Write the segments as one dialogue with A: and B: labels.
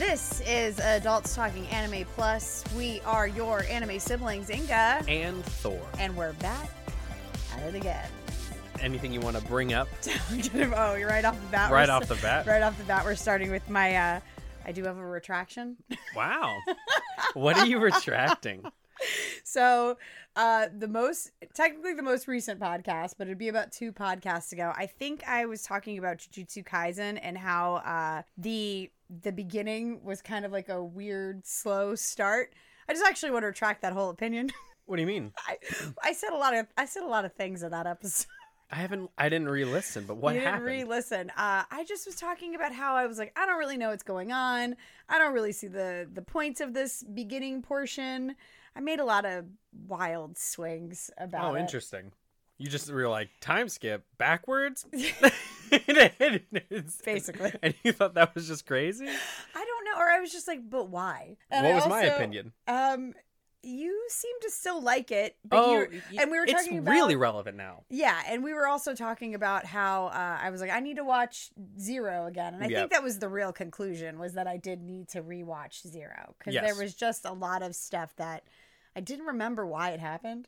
A: is Adults Talking Anime Plus. We are your anime siblings, Inga,
B: and Thor.
A: and we're back at it again.
B: Anything you want to bring up
A: I'm gonna- oh, you're right off the bat.
B: right
A: we're
B: off the bat?
A: right off the bat, we're starting with my. uh I do have a retraction.
B: Wow. what are you retracting?
A: So, uh, the most technically the most recent podcast, but it'd be about two podcasts ago. I think I was talking about Jujutsu Kaisen and how uh, the the beginning was kind of like a weird slow start. I just actually want to retract that whole opinion.
B: What do you mean?
A: I, I said a lot of I said a lot of things in that episode.
B: I haven't. I didn't re-listen. But what
A: you didn't
B: happened?
A: re-listen. Uh, I just was talking about how I was like, I don't really know what's going on. I don't really see the the points of this beginning portion. I made a lot of wild swings about
B: oh,
A: it.
B: interesting. You just were like time skip backwards. It's-
A: Basically.
B: And you thought that was just crazy?
A: I don't know, or I was just like, but why? And
B: what
A: I
B: was my
A: also-
B: opinion?
A: Um, you seem to still like it, but
B: Oh,
A: you and we were
B: it's
A: talking about-
B: really relevant now.
A: yeah, and we were also talking about how uh, I was like, I need to watch Zero again, and I
B: Yep.
A: think that was the real conclusion was that I did need to rewatch Zero because
B: Yes.
A: there was just a lot of stuff that I didn't remember why it happened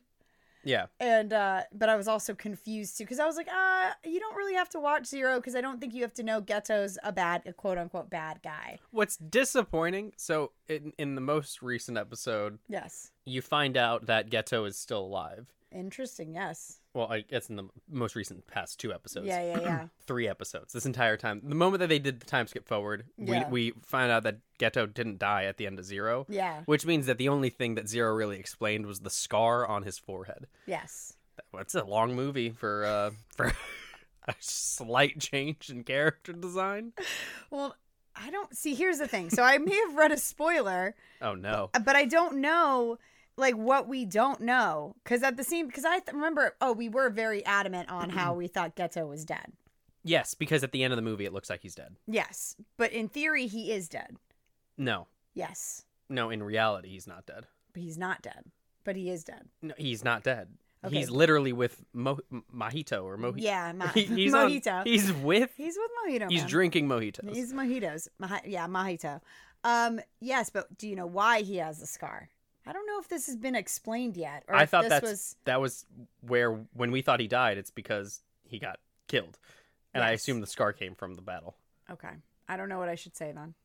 B: Yeah.
A: and uh but i was also confused too because i was like uh you don't really have to watch zero because i don't think you have to know ghetto's a bad a quote unquote bad guy
B: What's disappointing? So in, in the most recent episode,
A: yes
B: you find out that Ghetto is still alive.
A: interesting yes
B: Well, I, it's in the most recent past two episodes.
A: yeah yeah yeah
B: three episodes this entire time. The moment that they did the time skip forward,
A: Yeah.
B: we we found out that Ghetto didn't die at the end of Zero,
A: yeah
B: which means that the only thing that Zero really explained was the scar on his forehead.
A: yes
B: That's a long movie for uh for a slight change in character design.
A: well i don't see here's the thing so i may have read a spoiler
B: Oh no.
A: but i don't know like what we don't know because at the same because i th- remember oh we were very adamant on how we thought ghetto was dead
B: Yes, because at the end of the movie it looks like he's dead.
A: yes but in theory he is dead
B: No.
A: yes
B: No, in reality he's not dead.
A: but he's not dead but he is dead
B: No, he's not dead.
A: Okay.
B: He's literally with Mo- M- Mojito or Mojito.
A: Yeah, mo-
B: he's on-
A: mojito. he's,
B: he's with.
A: with mojito.
B: He's
A: man.
B: drinking mojitos.
A: He's mojitos. Moji- yeah, mojito. Um, yes, but do you know why he has a scar? I don't know if this has been explained yet. Or
B: I
A: if
B: thought
A: this
B: that's
A: was
B: that was where when we thought he died, it's because he got killed, and I
A: Yes.
B: assume the scar came from the battle.
A: okay. I don't know what I should say then.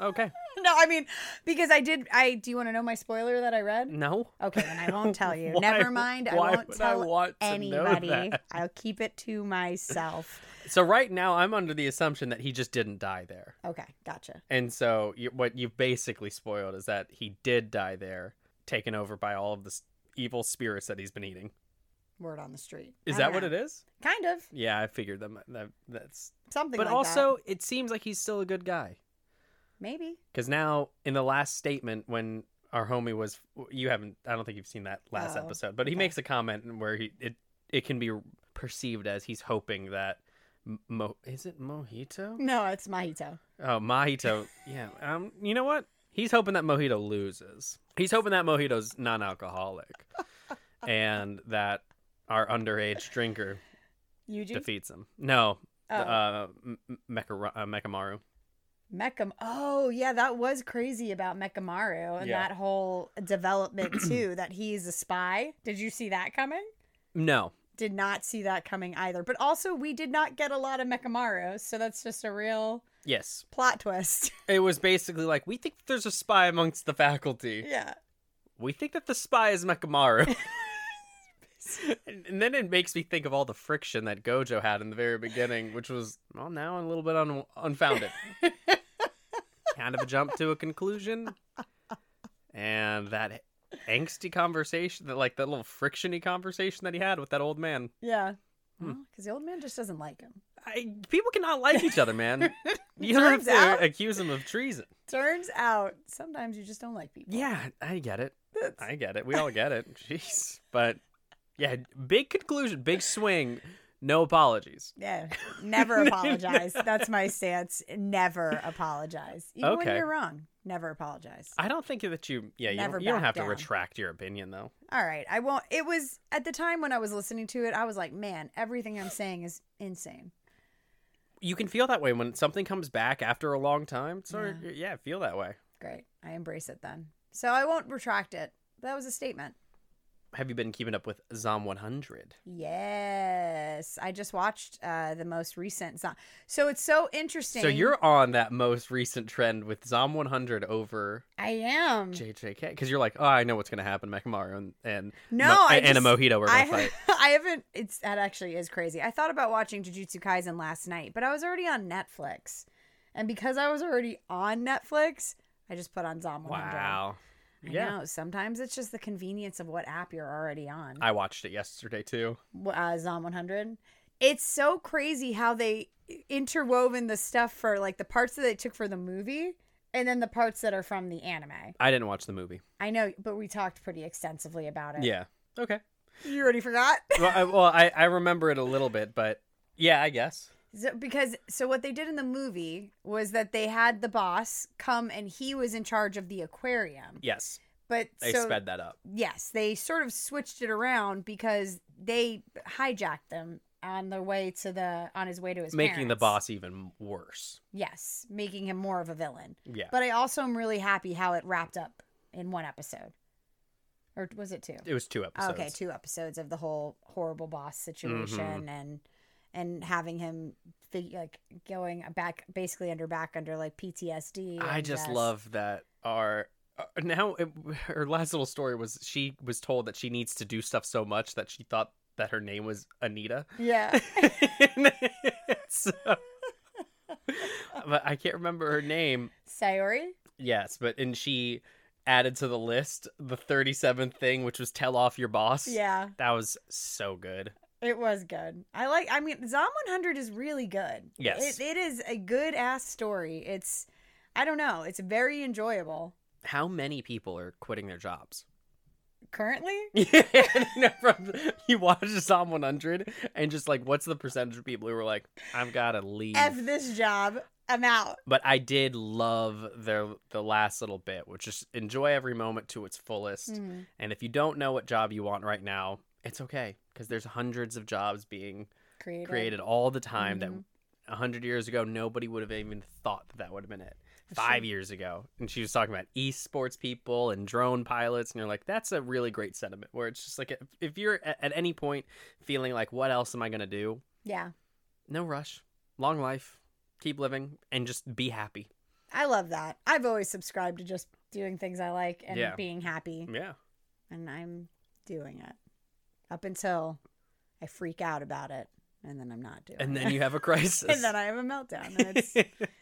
B: Okay,
A: No, I mean because I did. I do you want to know my spoiler that I read?
B: no,
A: Okay, then I won't tell you.
B: Why-
A: Never mind. I
B: why
A: won't
B: would
A: tell
B: want to know
A: anybody.
B: that?
A: I'll keep it to myself.
B: So right now, I'm under the assumption that he just didn't die there,
A: Okay, gotcha.
B: and so you, what you've basically spoiled is that he did die there, taken over by all of the s- evil spirits that he's been eating.
A: Word on the street.
B: Is that what it is?
A: Kind of
B: Yeah, I figured that, mi- that that's.
A: something.
B: but
A: like that.
B: also, it seems like he's still a good guy.
A: maybe
B: Because now, in the last statement, when our homie was, you haven't, I don't think you've seen that last
A: Oh,
B: episode, but he
A: okay.
B: makes a comment where he it it can be perceived as he's hoping that M- Mo is it Mojito?
A: no. It's mojito.
B: Oh, Mojito. yeah. Um. You know what? He's hoping that Mojito loses. He's hoping that Mojito's non-alcoholic, and that our underage drinker
A: Yuji?
B: defeats him. No,
A: oh.
B: uh, M- M- Mekara- uh, Mekamaru.
A: Mecham. Oh, yeah, that was crazy about Mechamaru and
B: Yeah.
A: that whole development too that he's a spy. Did you see that coming?
B: No,
A: Did not see that coming either. But also we did not get a lot of Mechamaru, so that's just a real
B: yes,
A: plot twist.
B: It was basically like, we think there's a spy amongst the faculty.
A: yeah.
B: We think that the spy is Mekamaru. and, and then it makes me think of all the friction that Gojo had in the very beginning, which was, well, now a little bit un- unfounded. kind of a jump to a conclusion. And that angsty conversation, that like that little frictiony conversation that he had with that old man.
A: Yeah.
B: Hmm.
A: Because the old man just doesn't like him.
B: I, people cannot like each other, man. You don't have
A: Turns
B: to
A: out-
B: accuse him of treason.
A: Turns out sometimes you just don't like people.
B: Yeah, I get it.
A: That's-
B: I get it. We all get it. Jeez. But yeah, big conclusion, big swing. No apologies.
A: yeah. Never apologize. That's my stance. Never apologize. Even when
B: Okay.
A: you're wrong, never apologize.
B: I don't think that you, yeah, you,
A: Never
B: don't, you don't
A: back
B: have
A: down.
B: to retract your opinion though.
A: All right, I won't. It was at the time when I was listening to it, I was like, man, everything I'm saying is insane.
B: You can feel that way when something comes back after a long time. So yeah, feel that way.
A: Great. I embrace it then. So I won't retract it. That was a statement.
B: Have you been keeping up with Zom 100?
A: Yes. I just watched uh, the most recent. Zo- so it's so interesting.
B: So you're on that most recent trend with Zom 100 over
A: I am.
B: JJK because you're like, oh, I know what's gonna happen, Mechamaru and and
A: No,
B: Mo-
A: I
B: and a
A: just-
B: mojito. We're gonna
A: I,
B: fight.
A: I haven't. It's that actually is crazy. I thought about watching Jujutsu Kaisen last night, but I was already on Netflix, and because I was already on Netflix, I just put on Zom 100.
B: Wow.
A: I
B: Yeah,
A: know. Sometimes it's just the convenience of what app you're already on.
B: I watched it yesterday too.
A: w- uh, Zom 100. It's so crazy how they interwoven the stuff for like the parts that they took for the movie and then the parts that are from the anime.
B: I didn't watch the movie.
A: I know, but we talked pretty extensively about it.
B: Yeah. Okay.
A: You already forgot?
B: Well, I, well, I, I remember it a little bit, but yeah, I guess.
A: So, because so what they did in the movie was that they had the boss come and he was in charge of the aquarium.
B: Yes,
A: But
B: they
A: so
B: sped that up.
A: yes, they sort of switched it around because they hijacked them on their way to the on his way to his
B: Making the
A: parents.
B: boss even worse.
A: Yes, making him more of a villain.
B: Yeah.
A: But I also am really happy how it wrapped up in one episode. Or was it two? Oh,
B: it was two episodes. Mm-hmm.
A: Okay, two episodes of the whole horrible boss situation and and having him fig- like going back basically under back under like PTSD.
B: I
A: and
B: just love that our uh, now it, her last little story was she was told that she needs to do stuff so much that she thought that her name was Anita.
A: Yeah.
B: so, but I can't remember her name.
A: Sayori?
B: Yes, but and she added to the list the 37th thing which was tell off your boss.
A: Yeah.
B: That was so good.
A: It was good. I like. I mean, Zom 100 is really good.
B: Yes.
A: it, it is a good ass story. It's, I don't know, it's very enjoyable.
B: How many people are quitting their jobs?
A: Currently,
B: Yeah, you, know, from, you watch Psalm 100 and just like, what's the percentage of people who were like, I've got to leave?
A: F this job. I'm out.
B: but I did love their the last little bit, which is enjoy every moment to its fullest.
A: Mm.
B: And if you don't know what job you want right now, it's okay because there's hundreds of jobs being
A: Created.
B: created all the time that
A: Mhm.
B: a hundred years ago nobody would have even thought that that would have been it.
A: For
B: Five
A: sure.
B: years ago, and she was talking about esports people and drone pilots, and you're like, that's a really great sentiment. Where it's just like, if, if you're at, at any point feeling like, what else am I gonna do?
A: Yeah,
B: No rush, long life, keep living, and just be happy.
A: I love that. I've always subscribed to just doing things I like and
B: Yeah.
A: being happy,
B: Yeah,
A: and I'm doing it up until I freak out about it, and then I'm not doing.
B: and
A: it.
B: then you have a crisis.
A: and then I have a meltdown. And it's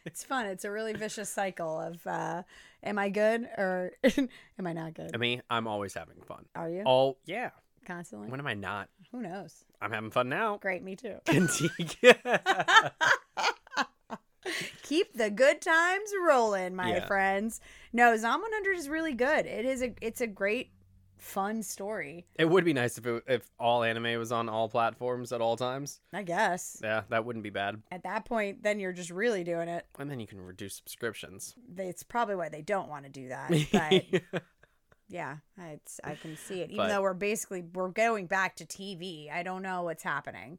A: it's fun. It's a really vicious cycle of uh, am I good or am I not good?
B: I mean, I'm always having fun.
A: Are you
B: All yeah.
A: constantly?
B: Oh, When am I not?
A: Who knows?
B: I'm having fun now.
A: Great, me too. keep the good times rolling, my
B: Yeah.
A: friends. No, Zom 100 is really good. It is a it's a great fun story,
B: It would be nice if it, if all anime was on all platforms at all times.
A: I guess.
B: Yeah, that wouldn't be bad.
A: At that point, then you're just really doing it.
B: And then you can reduce subscriptions.
A: It's probably why they don't want to do that, but
B: yeah,
A: yeah, it's I can see it. Even
B: But-
A: though we're basically we're going back to TV. I don't know what's happening.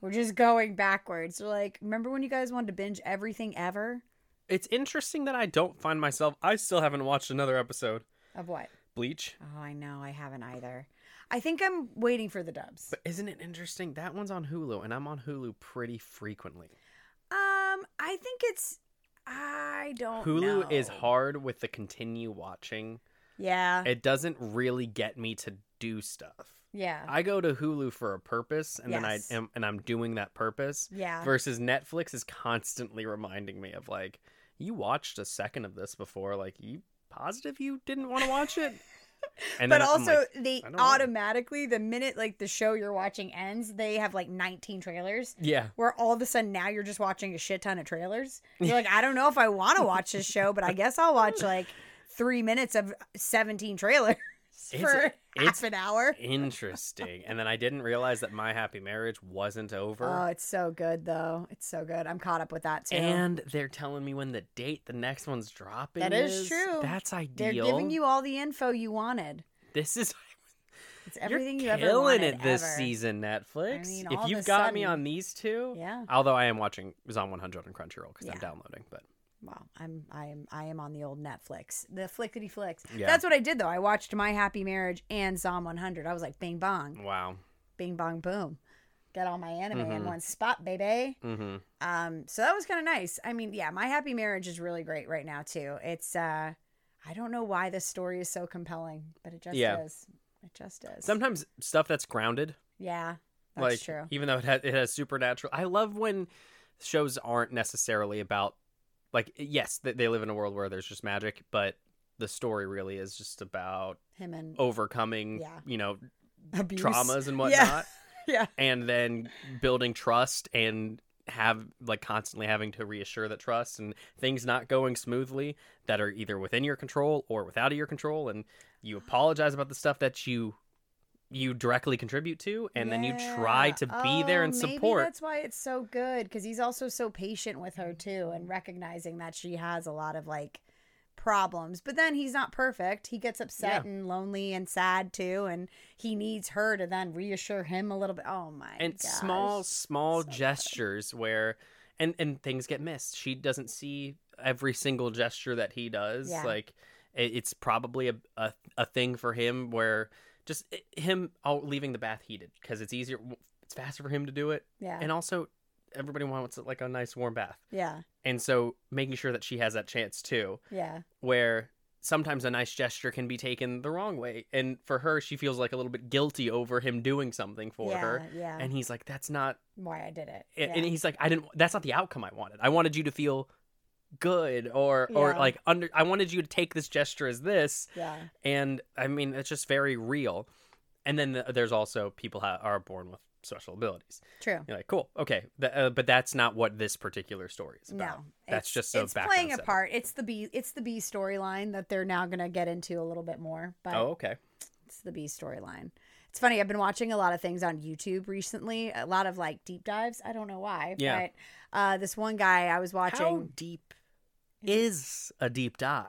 A: We're just going backwards. We're like, remember when you guys wanted to binge everything ever?
B: it's interesting that I don't find myself. I still haven't watched another episode.
A: Of what?
B: Bleach.
A: Oh, I know, I haven't either. I think I'm waiting for the dubs.
B: But isn't it interesting? That one's on Hulu, and I'm on Hulu pretty frequently.
A: Um, I think it's I don't
B: Hulu
A: know.
B: is hard with the continue watching.
A: Yeah.
B: It doesn't really get me to do stuff.
A: yeah.
B: I go to Hulu for a purpose, and
A: Yes.
B: then I am, and I'm doing that purpose.
A: yeah.
B: versus Netflix is constantly reminding me of like you watched a second of this before like you positive you didn't want to watch it and
A: but
B: then I'm
A: also
B: like,
A: they
B: I don't know.
A: automatically the minute like the show you're watching ends, they have like 19 trailers.
B: yeah
A: Where all of a sudden now you're just watching a shit ton of trailers. You're like, I don't know if I want to watch this show, but I guess I'll watch like three minutes of 17 trailers
B: It's-
A: for
B: it's-
A: half an hour.
B: interesting and then I didn't realize that my happy marriage wasn't
A: Oh,
B: over
A: it's so good though. It's so good. I'm caught up with that too.
B: and they're telling me when the date the next one's dropping
A: That is true.
B: that's
A: They're
B: ideal
A: giving you all the info you wanted.
B: this is
A: It's everything
B: you're
A: you ever
B: killing
A: wanted
B: it this
A: ever.
B: season Netflix
A: mean, all
B: if
A: of
B: you've
A: a
B: got me
A: sudden-
B: on these two
A: Yeah.
B: although I am watching Zon 100 on Crunchyroll because
A: Yeah.
B: I'm downloading but
A: Wow, I'm I am I am on the old Netflix, the flickety flicks.
B: Yeah.
A: That's what I did though. I watched My Happy Marriage and Zom 100. I was like, bing bong,
B: Wow.
A: bing bong, boom, got all my anime in
B: Mhm.
A: one spot, baby.
B: Mm-hmm.
A: Um, so that was kind of nice. I mean, yeah, My Happy Marriage is really great right now too. It's uh, I don't know why this story is so compelling, but it just
B: Yeah.
A: is. It just is.
B: Sometimes stuff that's grounded,
A: yeah, that's
B: like
A: true.
B: even though it has, it has supernatural. I love when shows aren't necessarily about like yes, they, they live in a world where there's just magic, but the story really is just about
A: Him and
B: oh, overcoming,
A: Yeah.
B: you know,
A: abuse.
B: traumas and whatnot,
A: Yeah. Yeah.
B: and then building trust and have like constantly having to reassure that trust and things not going smoothly that are either within your control or without of your control, and you apologize about the stuff that you you directly contribute to, and then you try
A: Yeah.
B: to be there
A: Oh,
B: and
A: maybe
B: support.
A: That's why it's so good because he's also so patient with her too, and recognizing that she has a lot of like problems. But then he's not perfect. He gets upset
B: Yeah.
A: and lonely and sad too, and he needs her to then reassure him a little bit. Oh my!
B: and
A: gosh.
B: small small
A: So good.
B: gestures where and and things get missed she doesn't see every single gesture that he does
A: Yeah.
B: like it, it's probably a, a a thing for him where just i- him all leaving the bath heated because it's easier it's faster for him to do it
A: Yeah.
B: and also everybody wants like a nice warm bath
A: yeah.
B: and so making sure that she has that chance too
A: Yeah.
B: where sometimes a nice gesture can be taken the wrong way and for her she feels like a little bit guilty over him doing something for
A: yeah,
B: her
A: Yeah.
B: and he's like that's not
A: why I did it.
B: and,
A: yeah.
B: and he's like i didn't that's not the outcome i wanted i wanted you to feel good or or
A: Yeah.
B: like under i wanted you to take this gesture as this
A: yeah.
B: and i mean it's just very real and then th- there's also people ha- are born with special abilities
A: True.
B: you're like cool okay th- uh, but that's not what this particular story is about
A: No,
B: That's
A: it's-
B: just a
A: it's playing
B: background
A: a
B: setup.
A: part. It's the B. It's the B storyline that they're now gonna get into a little bit more. But
B: oh okay
A: It's the B storyline. It's funny. I've been watching a lot of things on YouTube recently. A lot of like deep dives. I don't know why.
B: Yeah.
A: But uh, this one guy I was
B: how
A: watching
B: deep is a deep dive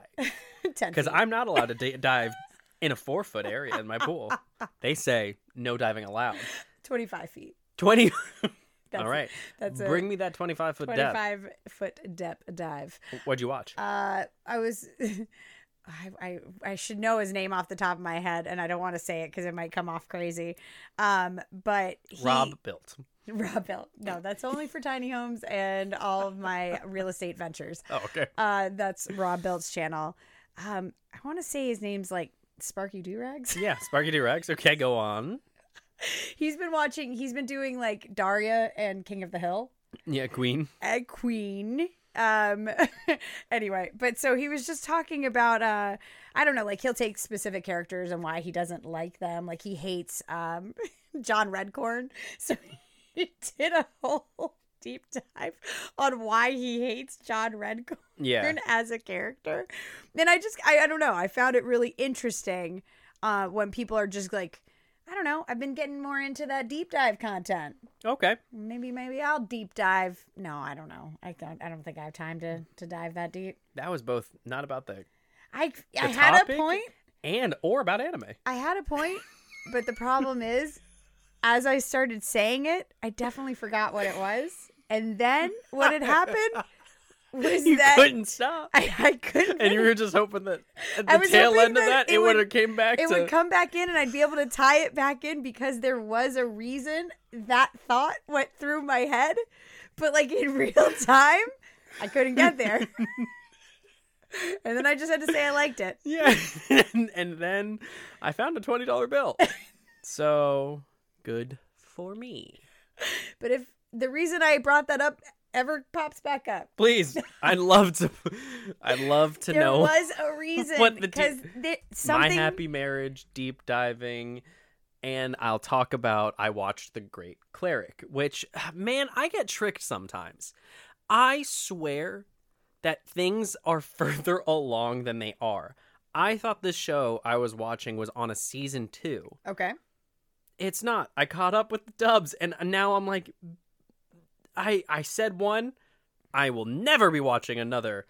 A: ten
B: because
A: feet.
B: i'm not allowed to d- dive in a four foot area in my pool they say no diving allowed
A: 25 feet.
B: 20
A: That's
B: all right
A: That's a
B: bring me that 25 foot depth
A: 25 foot depth dive.
B: What'd you watch?
A: Uh, I was. I, I, I should know his name off the top of my head, and I don't want to say it because it might come off crazy. Um, but he,
B: Rob built.
A: Rob Bell. No, that's only for tiny homes and all of my real estate ventures.
B: Oh, okay.
A: Uh, that's Rob Belt's channel. Um, I want to say his name's like Sparky Durags.
B: Yeah, Sparky Durex. Okay, go on.
A: he's been watching. He's been doing like Daria and King of the Hill
B: Yeah, Queen.
A: and Queen. Um, anyway, but so he was just talking about uh, I don't know, like he'll take specific characters and why he doesn't like them. Like he hates um John Redcorn, so he did a whole deep dive on why he hates John Redcorn.
B: Yeah.
A: Catherine as a character. And I just, I, I don't know. I found it really interesting uh, when people are just like, I don't know. I've been getting more into that deep dive content.
B: Okay.
A: Maybe, maybe I'll deep dive. No, I don't know. I don't. I don't think I have time to to dive that deep.
B: That was both not about the
A: I I
B: The
A: had a
B: topic?
A: point.
B: and or about anime.
A: I had a point, but the problem is, as I started saying it, I definitely forgot what it was. And then what had happened was
B: You
A: that
B: couldn't stop.
A: I, I couldn't.
B: And you were just hoping that at
A: I
B: the
A: was
B: tail
A: hoping
B: end of
A: that
B: that,
A: it
B: it would
A: would-
B: have came back
A: it
B: to
A: would come back in and I'd be able to tie it back in because there was a reason that thought went through my head. But like in real time, I couldn't get there. and then I just had to say I liked it.
B: Yeah. and, and then I found a twenty dollar bill. so good for me.
A: But if the reason I brought that up ever pops back up,
B: Please. I'd love to I'd love to
A: there
B: know
A: was a reason
B: What the
A: because th-
B: my
A: something
B: happy marriage deep diving and i'll talk about i watched the great cleric which man i get tricked sometimes i swear that things are further along than they are i thought this show i was watching was on a season two
A: Okay.
B: it's not i caught up with the dubs and now i'm like i i said one i will never be watching another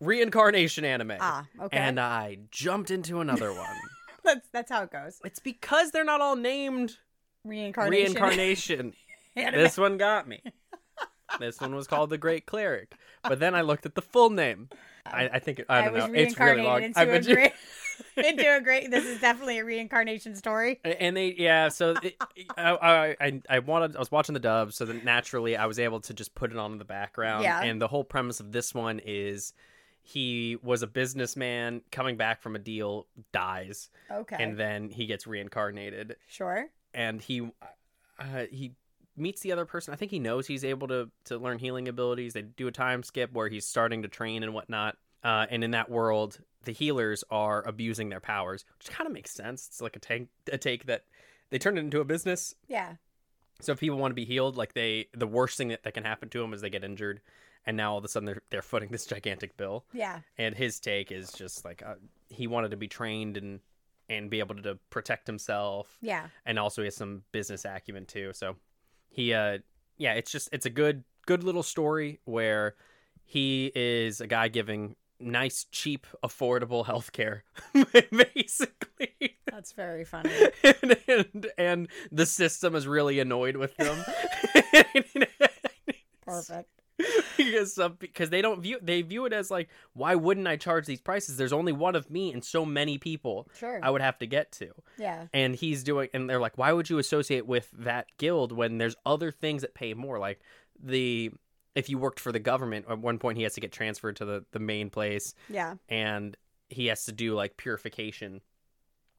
B: reincarnation anime
A: Ah, okay.
B: and i jumped into another one
A: that's that's how it goes.
B: it's because they're not all named
A: Reincarnation.
B: reincarnation.
A: Anime.
B: this one got me. This one was called the Great Cleric. But then I looked at the full name. I, I think I
A: I,
B: don't
A: was
B: know. It's really
A: reincarnated
B: long.
A: into
B: I
A: a
B: bet you-
A: great into a great this is definitely a reincarnation story.
B: And they, yeah. So it, I, I, I wanted. I was watching the dub, so then naturally I was able to just put it on in the background.
A: Yeah.
B: And the whole premise of this one is, he was a businessman coming back from a deal, dies,
A: Okay.
B: and then he gets reincarnated,
A: sure.
B: and he, uh, he meets the other person. I think he knows he's able to to learn healing abilities. They do a time skip where he's starting to train and whatnot. Uh, and in that world, the healers are abusing their powers, which kind of makes sense. It's like a take a take that they turned it into a business.
A: Yeah.
B: So if people want to be healed, like they the worst thing that, that can happen to them is they get injured. And now all of a sudden they're they're footing this gigantic bill.
A: Yeah.
B: And his take is just like uh, he wanted to be trained and and be able to protect himself
A: Yeah.
B: and also he has some business acumen too. So he uh yeah, it's just it's a good good little story where he is a guy giving nice, cheap, affordable health care basically.
A: That's very funny.
B: and, and and the system is really annoyed with them.
A: Perfect.
B: because some, because they don't view they view it as like why wouldn't I charge these prices? There's only one of me and so many people
A: Sure.
B: I would have to get to
A: yeah.
B: and he's doing and they're like why would you associate with that guild when there's other things that pay more like the if you worked for the government at one point he has to get transferred to the, the main place
A: Yeah.
B: and he has to do like purification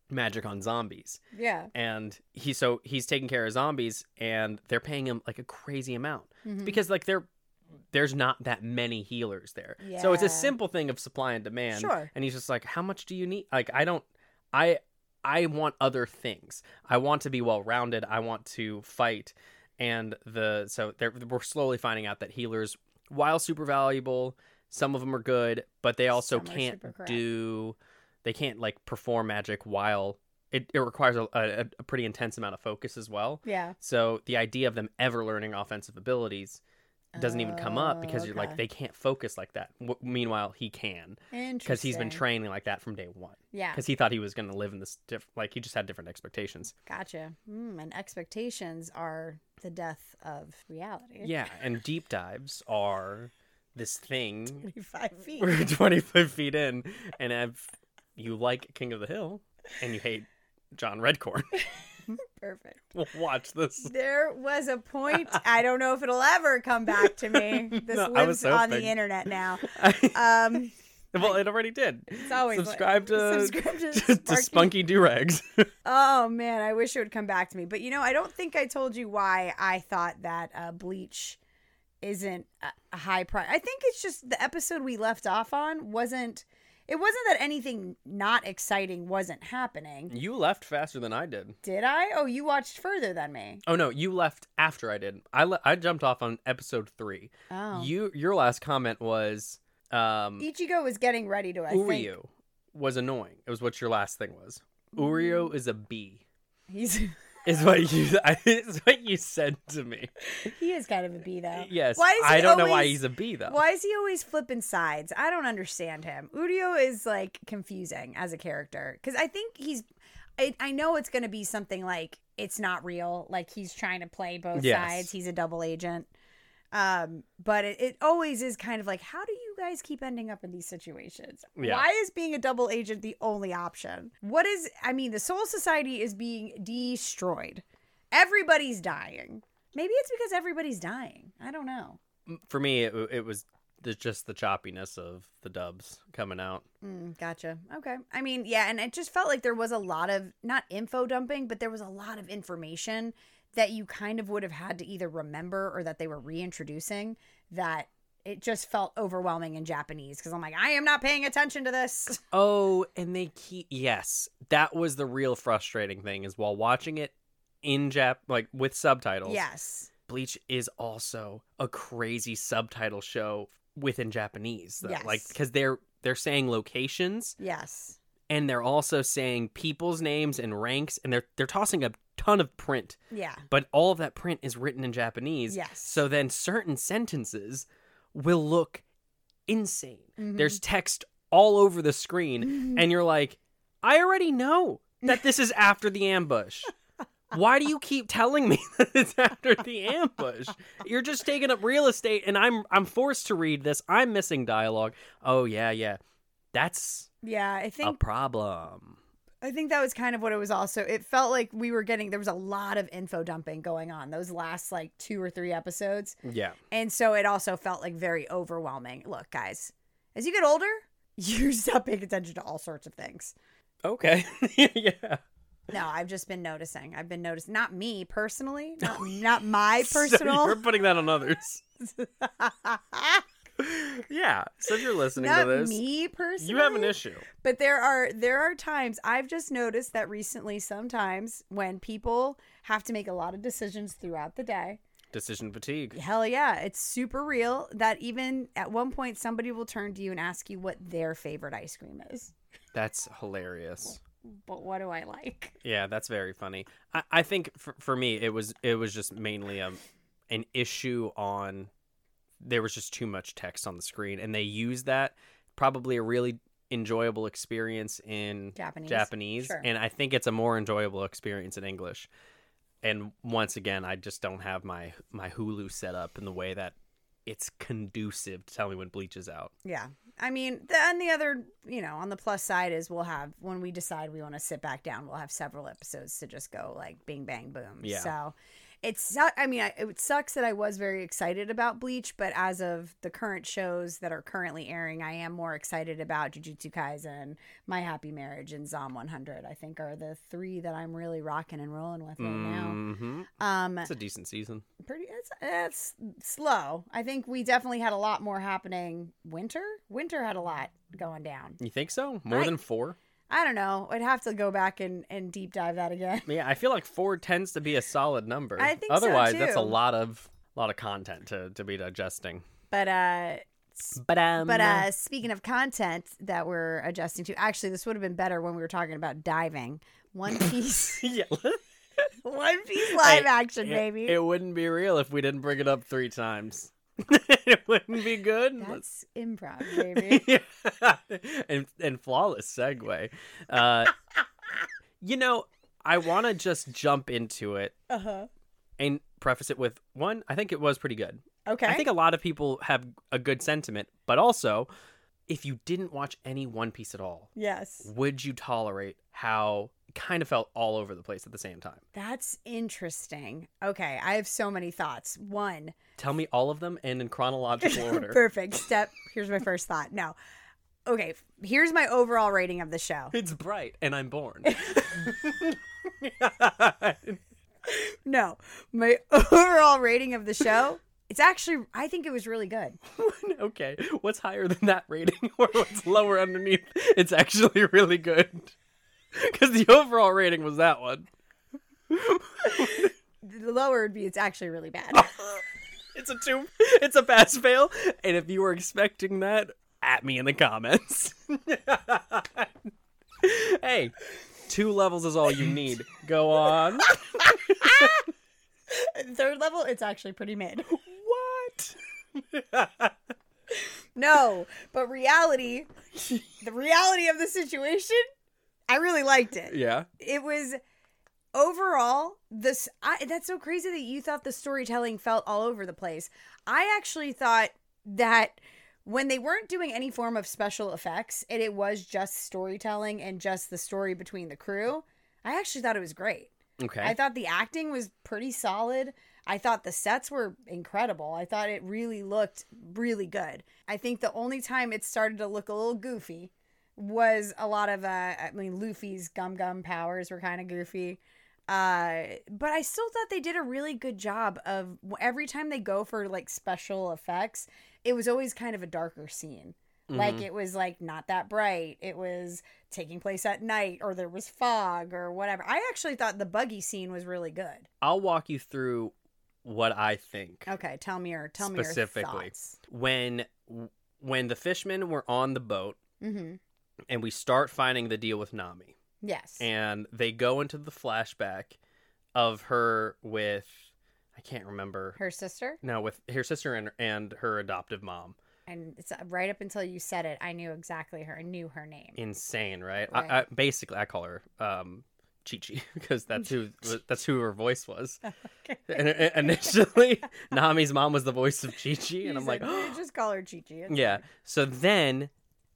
B: magic on zombies
A: Yeah.
B: and he so he's taking care of zombies and they're paying him like a crazy amount
A: Mhm.
B: because like they're there's not that many healers there so it's
A: Yeah.
B: a simple thing of supply and demand
A: Sure.
B: and he's just like how much do you need like i don't i i want other things i want to be well rounded i want to fight and the so they're, we're slowly finding out that healers while super valuable some of them are good but they also
A: Some are
B: can't
A: super crap.
B: do they can't like perform magic while it, it requires a, a, a pretty intense amount of focus as well
A: Yeah.
B: so the idea of them ever learning offensive abilities doesn't even come up because you're like
A: Oh, Okay.
B: they can't focus like that. W- meanwhile, he can because he's
A: Interesting.
B: been
A: Ah.
B: training like that from day one.
A: Yeah.
B: Because he thought he was going to live in this diff- like he just had different expectations.
A: Gotcha. Mm, and expectations are the death of reality.
B: Yeah, and deep dives are this thing.
A: 25 feet.
B: We're 25 feet in, and if you like King of the Hill and you hate John Redcorn,
A: Perfect.
B: well, watch this.
A: There was a point, I don't know if it'll ever come back to me. This
B: No, I
A: lives
B: was
A: on the
B: hoping.
A: internet now. Um,
B: well, it already did.
A: it's always
B: subscribe to,
A: subscribe to,
B: to, to
A: Sparky.
B: Spunky Durags.
A: Oh man, I wish it would come back to me. But you know, I don't think I told you why I thought that uh, Bleach isn't a- a high price. I think it's just the episode we left off on wasn't. It wasn't that anything not exciting wasn't happening.
B: You left faster than I did.
A: Did I? Oh, you watched further than me.
B: Oh no, you left after I did. I le- I jumped off on episode three.
A: Oh,
B: You your last comment was um
A: Ichigo was getting ready to. I think Mm.
B: Uryu was annoying. It was what your last thing was. Uryu is a bee.
A: he's
B: Is what you I- is what you said to me.
A: he is kind of a bee though.
B: Yes.
A: Why is he
B: I don't know why
A: always-
B: he's a bee though.
A: Why is he always flipping sides? I don't understand him. Udio is like confusing as a character because I think he's. I, I know it's going to be something like it's not real. Like he's trying to play both
B: Yes.
A: sides. He's a double agent. Um, but it, it always is kind of like, how do you guys keep ending up in these situations?
B: Yeah.
A: Why is being a double agent the only option? What is, I mean, the Soul Society is being destroyed. Everybody's dying. Maybe it's because everybody's dying. I don't know.
B: For me it, it was the, just the choppiness of the dubs coming out.
A: Mm, gotcha. Okay. I mean, yeah, and it just felt like there was a lot of not info dumping, but there was a lot of information that you kind of would have had to either remember or that they were reintroducing that it just felt overwhelming in Japanese because I'm like, I am not paying attention to this.
B: Oh, and they keep yes, that was the real frustrating thing is while watching it in Jap like with subtitles.
A: Yes.
B: Bleach is also a crazy subtitle show within Japanese. Though.
A: Yes.
B: Like because they're they're saying locations
A: Yes.
B: and they're also saying people's names and ranks and they're they're tossing a ton of print,
A: Yeah.
B: but all of that print is written in Japanese.
A: Yes.
B: So then certain sentences will look insane.
A: Mhm.
B: There's text all over the screen
A: Mhm.
B: and you're like, I already know that this is after the ambush. Why do you keep telling me that it's after the ambush? You're just taking up real estate and I'm I'm forced to read this. I'm missing dialogue. Oh yeah, yeah. That's
A: Yeah, I
B: a
A: think
B: problem.
A: I think that was kind of what it was also. It felt like we were getting there was a lot of info dumping going on those last like two or three episodes.
B: Yeah.
A: And so it also felt like very overwhelming. Look, guys, as you get older, you stop paying attention to all sorts of things.
B: Okay. yeah.
A: No, I've just been noticing. I've been noticing not me personally, not, not my personal.
B: So you're putting that on others. Yeah. So if you're listening
A: not
B: to this,
A: me personally.
B: you have an issue.
A: But there are there are times I've just noticed that recently sometimes when people have to make a lot of decisions throughout the day.
B: Decision fatigue.
A: Hell yeah, it's super real that even at one point somebody will turn to you and ask you what their favorite ice cream is.
B: That's hilarious.
A: But what do I like?
B: Yeah, that's very funny. I, I think for, for me, it was it was just mainly a, an issue on there was just too much text on the screen, and they used that probably a really enjoyable experience in
A: Japanese.
B: Japanese,
A: Sure.
B: and I think it's a more enjoyable experience in English. And once again, I just don't have my my Hulu set up in the way that it's conducive to tell me when Bleach is out.
A: Yeah. I mean, the, and the other, you know, on the plus side is we'll have when we decide we want to sit back down, we'll have several episodes to just go like bing bang boom.
B: Yeah.
A: So it's not. I mean, I, it sucks that I was very excited about Bleach, but as of the current shows that are currently airing, I am more excited about Jujutsu Kaisen, My Happy Marriage, and Zom 100. I think are the three that I'm really rocking and rolling with right now.
B: hmm
A: Um,
B: It's a decent season.
A: pretty it's, it's slow i think we definitely had a lot more happening winter winter had a lot going down
B: You think so? More
A: I-
B: than four?
A: i don't know i'd have to go back and and deep dive that again
B: Yeah, I feel like four tends to be a solid number.
A: I think so,
B: Otherwise, that's a
A: too.
B: lot of lot of content to, to be digesting.
A: but uh s-
B: But um,
A: but uh speaking of content that we're adjusting to actually this would have been better when we were talking about diving one piece
B: yeah,
A: one piece live
B: Hey,
A: action
B: it,
A: baby
B: it wouldn't be real if we didn't bring it up three times. it wouldn't be good.
A: that's improv baby
B: and and flawless segue. Uh, you know, I want to just jump into it
A: uh-huh
B: and preface it with one. I think it was pretty good.
A: okay
B: I think a lot of people have a good sentiment, but also, if you didn't watch any One Piece at all,
A: yes
B: would you tolerate how it kind of felt all over the place at the same time?
A: that's interesting okay i have so many thoughts one
B: Tell me all of them and in chronological order.
A: Perfect. Step. Here's my first thought. No. Okay. f- Here's my overall rating of the show.
B: it's bright and I'm born.
A: No. My overall rating of the show. It's actually, I think it was really good.
B: okay, what's higher than that rating or what's lower underneath? It's actually really good. Because the overall rating was that one.
A: The lower would be it's actually really bad.
B: It's a two. It's a pass fail. And if you were expecting that, at me in the comments. hey, two levels is all you need. Go on.
A: Third level, it's actually pretty mid.
B: What?
A: No, but reality, the reality of the situation, I really liked it.
B: Yeah.
A: it was overall this I, that's so crazy that you thought the storytelling felt all over the place i actually thought that when they weren't doing any form of special effects and it was just storytelling and just the story between the crew i actually thought it was great
B: Okay.
A: i thought the acting was pretty solid i thought the sets were incredible i thought it really looked really good i think the only time it started to look a little goofy was a lot of uh I mean Luffy's gum gum powers were kind of goofy. Uh but I still thought they did a really good job of every time they go for like special effects, it was always kind of a darker scene. Like
B: Mhm.
A: it was like not that bright. It was taking place at night or there was fog or whatever. I actually thought the buggy scene was really good.
B: I'll walk you through what I think.
A: Okay, tell me your tell me your
B: Specifically.
A: thoughts.
B: When when the fishmen were on the boat
A: Mhm.
B: and we start finding the deal with Nami
A: Yes.
B: and they go into the flashback of her with I can't remember.
A: her sister
B: No, with her sister and and her adoptive mom.
A: and it's uh, right up until you said it I knew exactly her I knew her name.
B: Insane, right? I, I
A: Right.
B: basically I call her um Chi-Chi because that's who that's who her voice was.
A: Okay.
B: And, and initially, Nami's mom was the voice of Chi-Chi, and I'm
A: He's
B: like, "Oh,
A: "Eh, just call her Chi Chi.
B: yeah. So then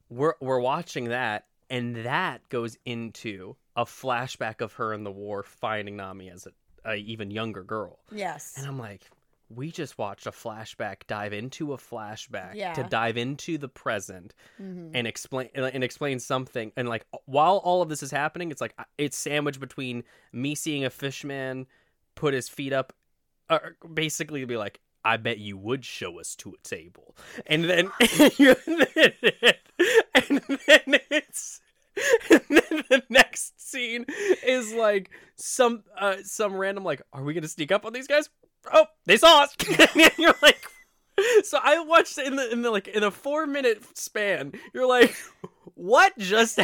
B: we're we're watching that, and that goes into a flashback of her in the war finding Nami as a, a even younger girl,
A: Yes.
B: and I'm like. We just watched a flashback dive into a flashback
A: Yeah.
B: to dive into the present
A: hmm
B: and explain and explain something and like while all of this is happening it's like it's sandwiched between me seeing a fishman put his feet up or basically be like i bet you would show us to a table and then and then, it's and then the next scene is like some uh some random like are we gonna sneak up on these guys oh they saw us and you're like so I watched in the in the like in a four minute span. You're like, what just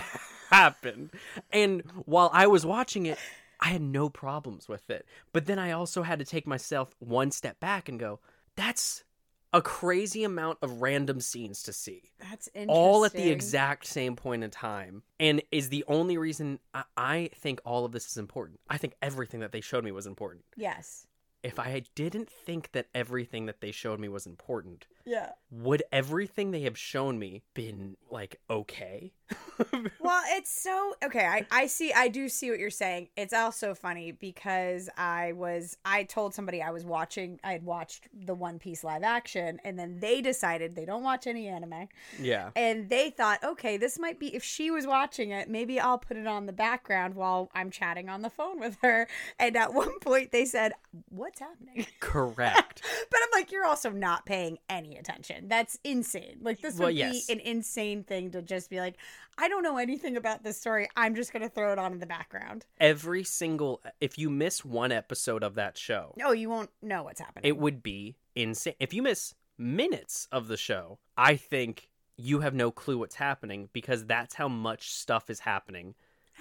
B: happened? And while I was watching it, I had no problems with it. But then I also had to take myself one step back and go, that's a crazy amount of random scenes to see
A: That's interesting.
B: all at the exact same point in time and is the only reason I, I think all of this is important i think everything that they showed me was important
A: Yes.
B: if i didn't think that everything that they showed me was important
A: Yeah.
B: would everything they have shown me been like okay?
A: Well, it's so okay. I, I see. I do see what you're saying. It's also funny because I was I told somebody I was watching. I had watched the One Piece live action, and then they decided they don't watch any anime,
B: yeah.
A: and they thought, okay, this might be if she was watching it, maybe I'll put it on the background while I'm chatting on the phone with her. And at one point, they said, "What's happening?"
B: Correct.
A: But I'm like, you're also not paying any attention. That's insane. Like this would
B: Well,
A: be
B: yes.
A: an insane thing to just be like, I don't know anything about this story. I'm just gonna throw it on in the background.
B: Every single if you miss one episode of that show,
A: No, you won't know what's happening.
B: it would be insane. If you miss minutes of the show, I think you have no clue what's happening because that's how much stuff is happening.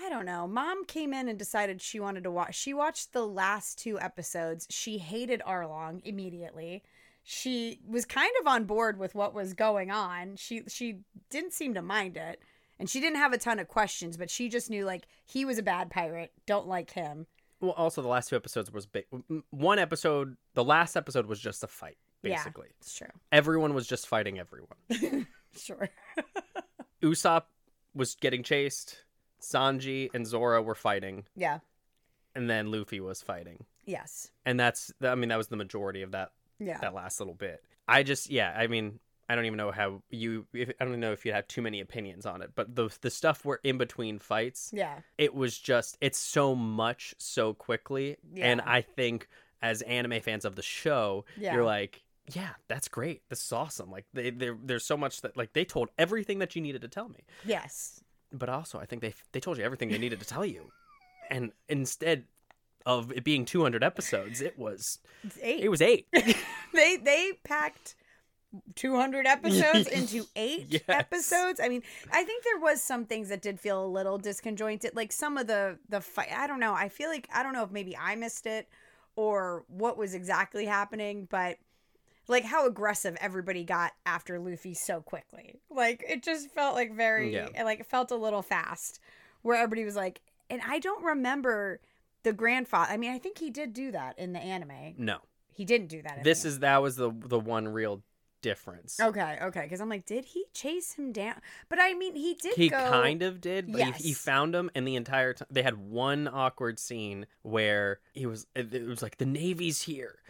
A: I don't know. Mom came in and decided she wanted to watch. She watched the last two episodes. She hated Arlong immediately. She was kind of on board with what was going on. She she didn't seem to mind it, and she didn't have a ton of questions. But she just knew like he was a bad pirate. Don't like him.
B: Well, also the last two episodes was big. One episode, the last episode was just a fight
A: Yeah.
B: basically.
A: It's true.
B: Everyone was just fighting everyone.
A: Sure.
B: Usopp was getting chased. Sanji and Zora were fighting,
A: Yeah.
B: and then Luffy was fighting,
A: Yes.
B: and that's I mean that was the majority of that
A: Yeah.
B: that last little bit. I just yeah I mean I don't even know how you if, I don't know if you'd have too many opinions on it, but the the stuff where in between fights,
A: Yeah.
B: it was just it's so much so quickly, and
A: Yeah.
B: I think as anime fans of the show,
A: Yeah.
B: you're like. Yeah, that's great. This is awesome. Like they, they, there's so much that like they told everything that you needed to tell me.
A: yes.
B: but also I think they they told you everything they needed to tell you, and instead of it being 200 episodes, it was
A: It's eight.
B: it was eight.
A: they they packed 200 episodes into eight
B: Yes.
A: episodes. I mean, I think there was some things that did feel a little disconjointed. Like some of the the fight. I don't know. I feel like I don't know if maybe I missed it or what was exactly happening, but like how aggressive everybody got after Luffy so quickly. Like it just felt like very
B: Yeah.
A: it, like it felt a little fast where everybody was like and I don't remember the grandfather. I mean, I think he did do that in the anime.
B: No,
A: He didn't do that. In
B: this
A: the
B: is that was the the one real difference.
A: Okay, okay, because I'm like, did he chase him down? But I mean, he did.
B: He
A: go...
B: kind of did, but he, he
A: Yes.
B: found him, and the entire time they had one awkward scene where he was it it was like the Navy's here,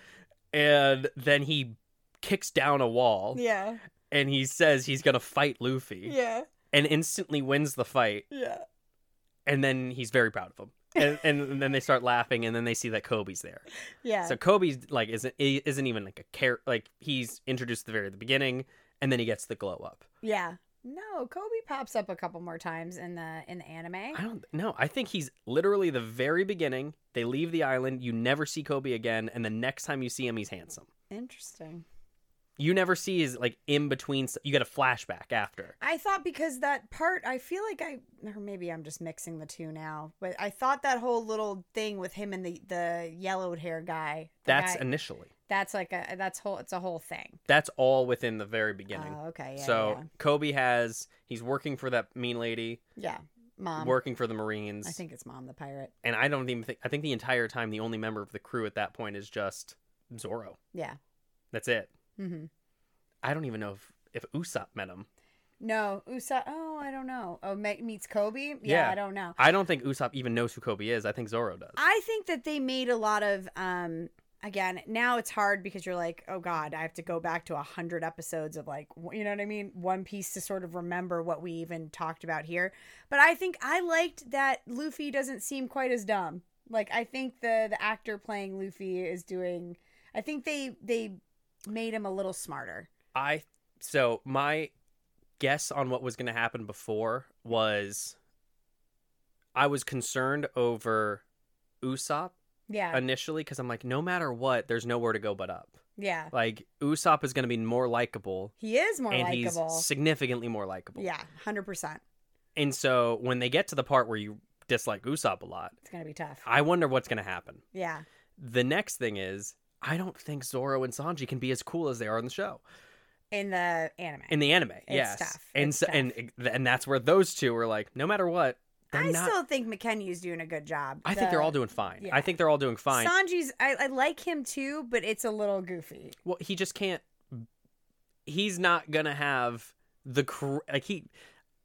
B: and then he kicks down a wall
A: Yeah,
B: and he says he's gonna fight Luffy
A: yeah,
B: and instantly wins the fight
A: yeah.
B: and then he's very proud of him. And, and, and then they start laughing, and then they see that Kobe's there.
A: Yeah.
B: So Kobe's like isn't i- isn't even like a care like he's introduced at the very beginning, and then he gets the glow up.
A: yeah. No, Kobe pops up a couple more times in the in the anime.
B: I don't know. I think he's literally the very beginning. They leave the island. You never see Kobe again, and the next time you see him, he's handsome.
A: Interesting.
B: You never see his like in between. st- You get a flashback after.
A: I thought because that part, I feel like I, or maybe I'm just mixing the two now, but I thought that whole little thing with him and the the yellowed hair guy. the
B: That's
A: guy-
B: initially.
A: that's like a that's whole it's a whole thing.
B: That's all within the very beginning.
A: Oh, okay. Oh, Yeah,
B: so Kobe has he's working for that mean lady.
A: yeah, Mom.
B: working for the Marines.
A: Um, I think it's mom, the pirate.
B: and I don't even think I think the entire time the only member of the crew at that point is just Zorro.
A: Yeah.
B: That's it.
A: hmm
B: I don't even know if if Usopp met him.
A: No, Usa. Oh, I don't know. Oh, me- meets Kobe. Yeah,
B: Yeah.
A: I don't know.
B: I don't think Usopp even knows who Kobe is. I think Zorro does.
A: I think that they made a lot of. um Again, now it's hard because you're like, oh God, I have to go back to a hundred episodes of like, w- you know what I mean, One Piece to sort of remember what we even talked about here. But I think I liked that Luffy doesn't seem quite as dumb. Like I think the the actor playing Luffy is doing. I think they they made him a little smarter.
B: I so my guess on what was going to happen before was I was concerned over Usopp
A: Yeah,
B: initially because I'm like, no matter what, there's nowhere to go but up.
A: yeah.
B: Like Usopp is going to be more likable,
A: He is more
B: and
A: likable.
B: he's significantly more likable.
A: Yeah, hundred percent.
B: And so when they get to the part where you dislike Usopp a lot,
A: It's gonna be tough.
B: I wonder what's going to happen.
A: Yeah,
B: The next thing is, I don't think Zoro and Sanji can be as cool as they are in the show.
A: in the anime.
B: in the anime.
A: It's
B: yes,
A: tough.
B: and
A: It's
B: so
A: tough.
B: and and that's where those two were like, no matter what, they're
A: I
B: not.
A: still think McKenny's doing a good job.
B: I think they're all doing fine.
A: yeah.
B: I think they're all doing fine.
A: Sanji's. I, I like him too, but it's a little goofy.
B: well, he just can't. He's not gonna have the cr- like he.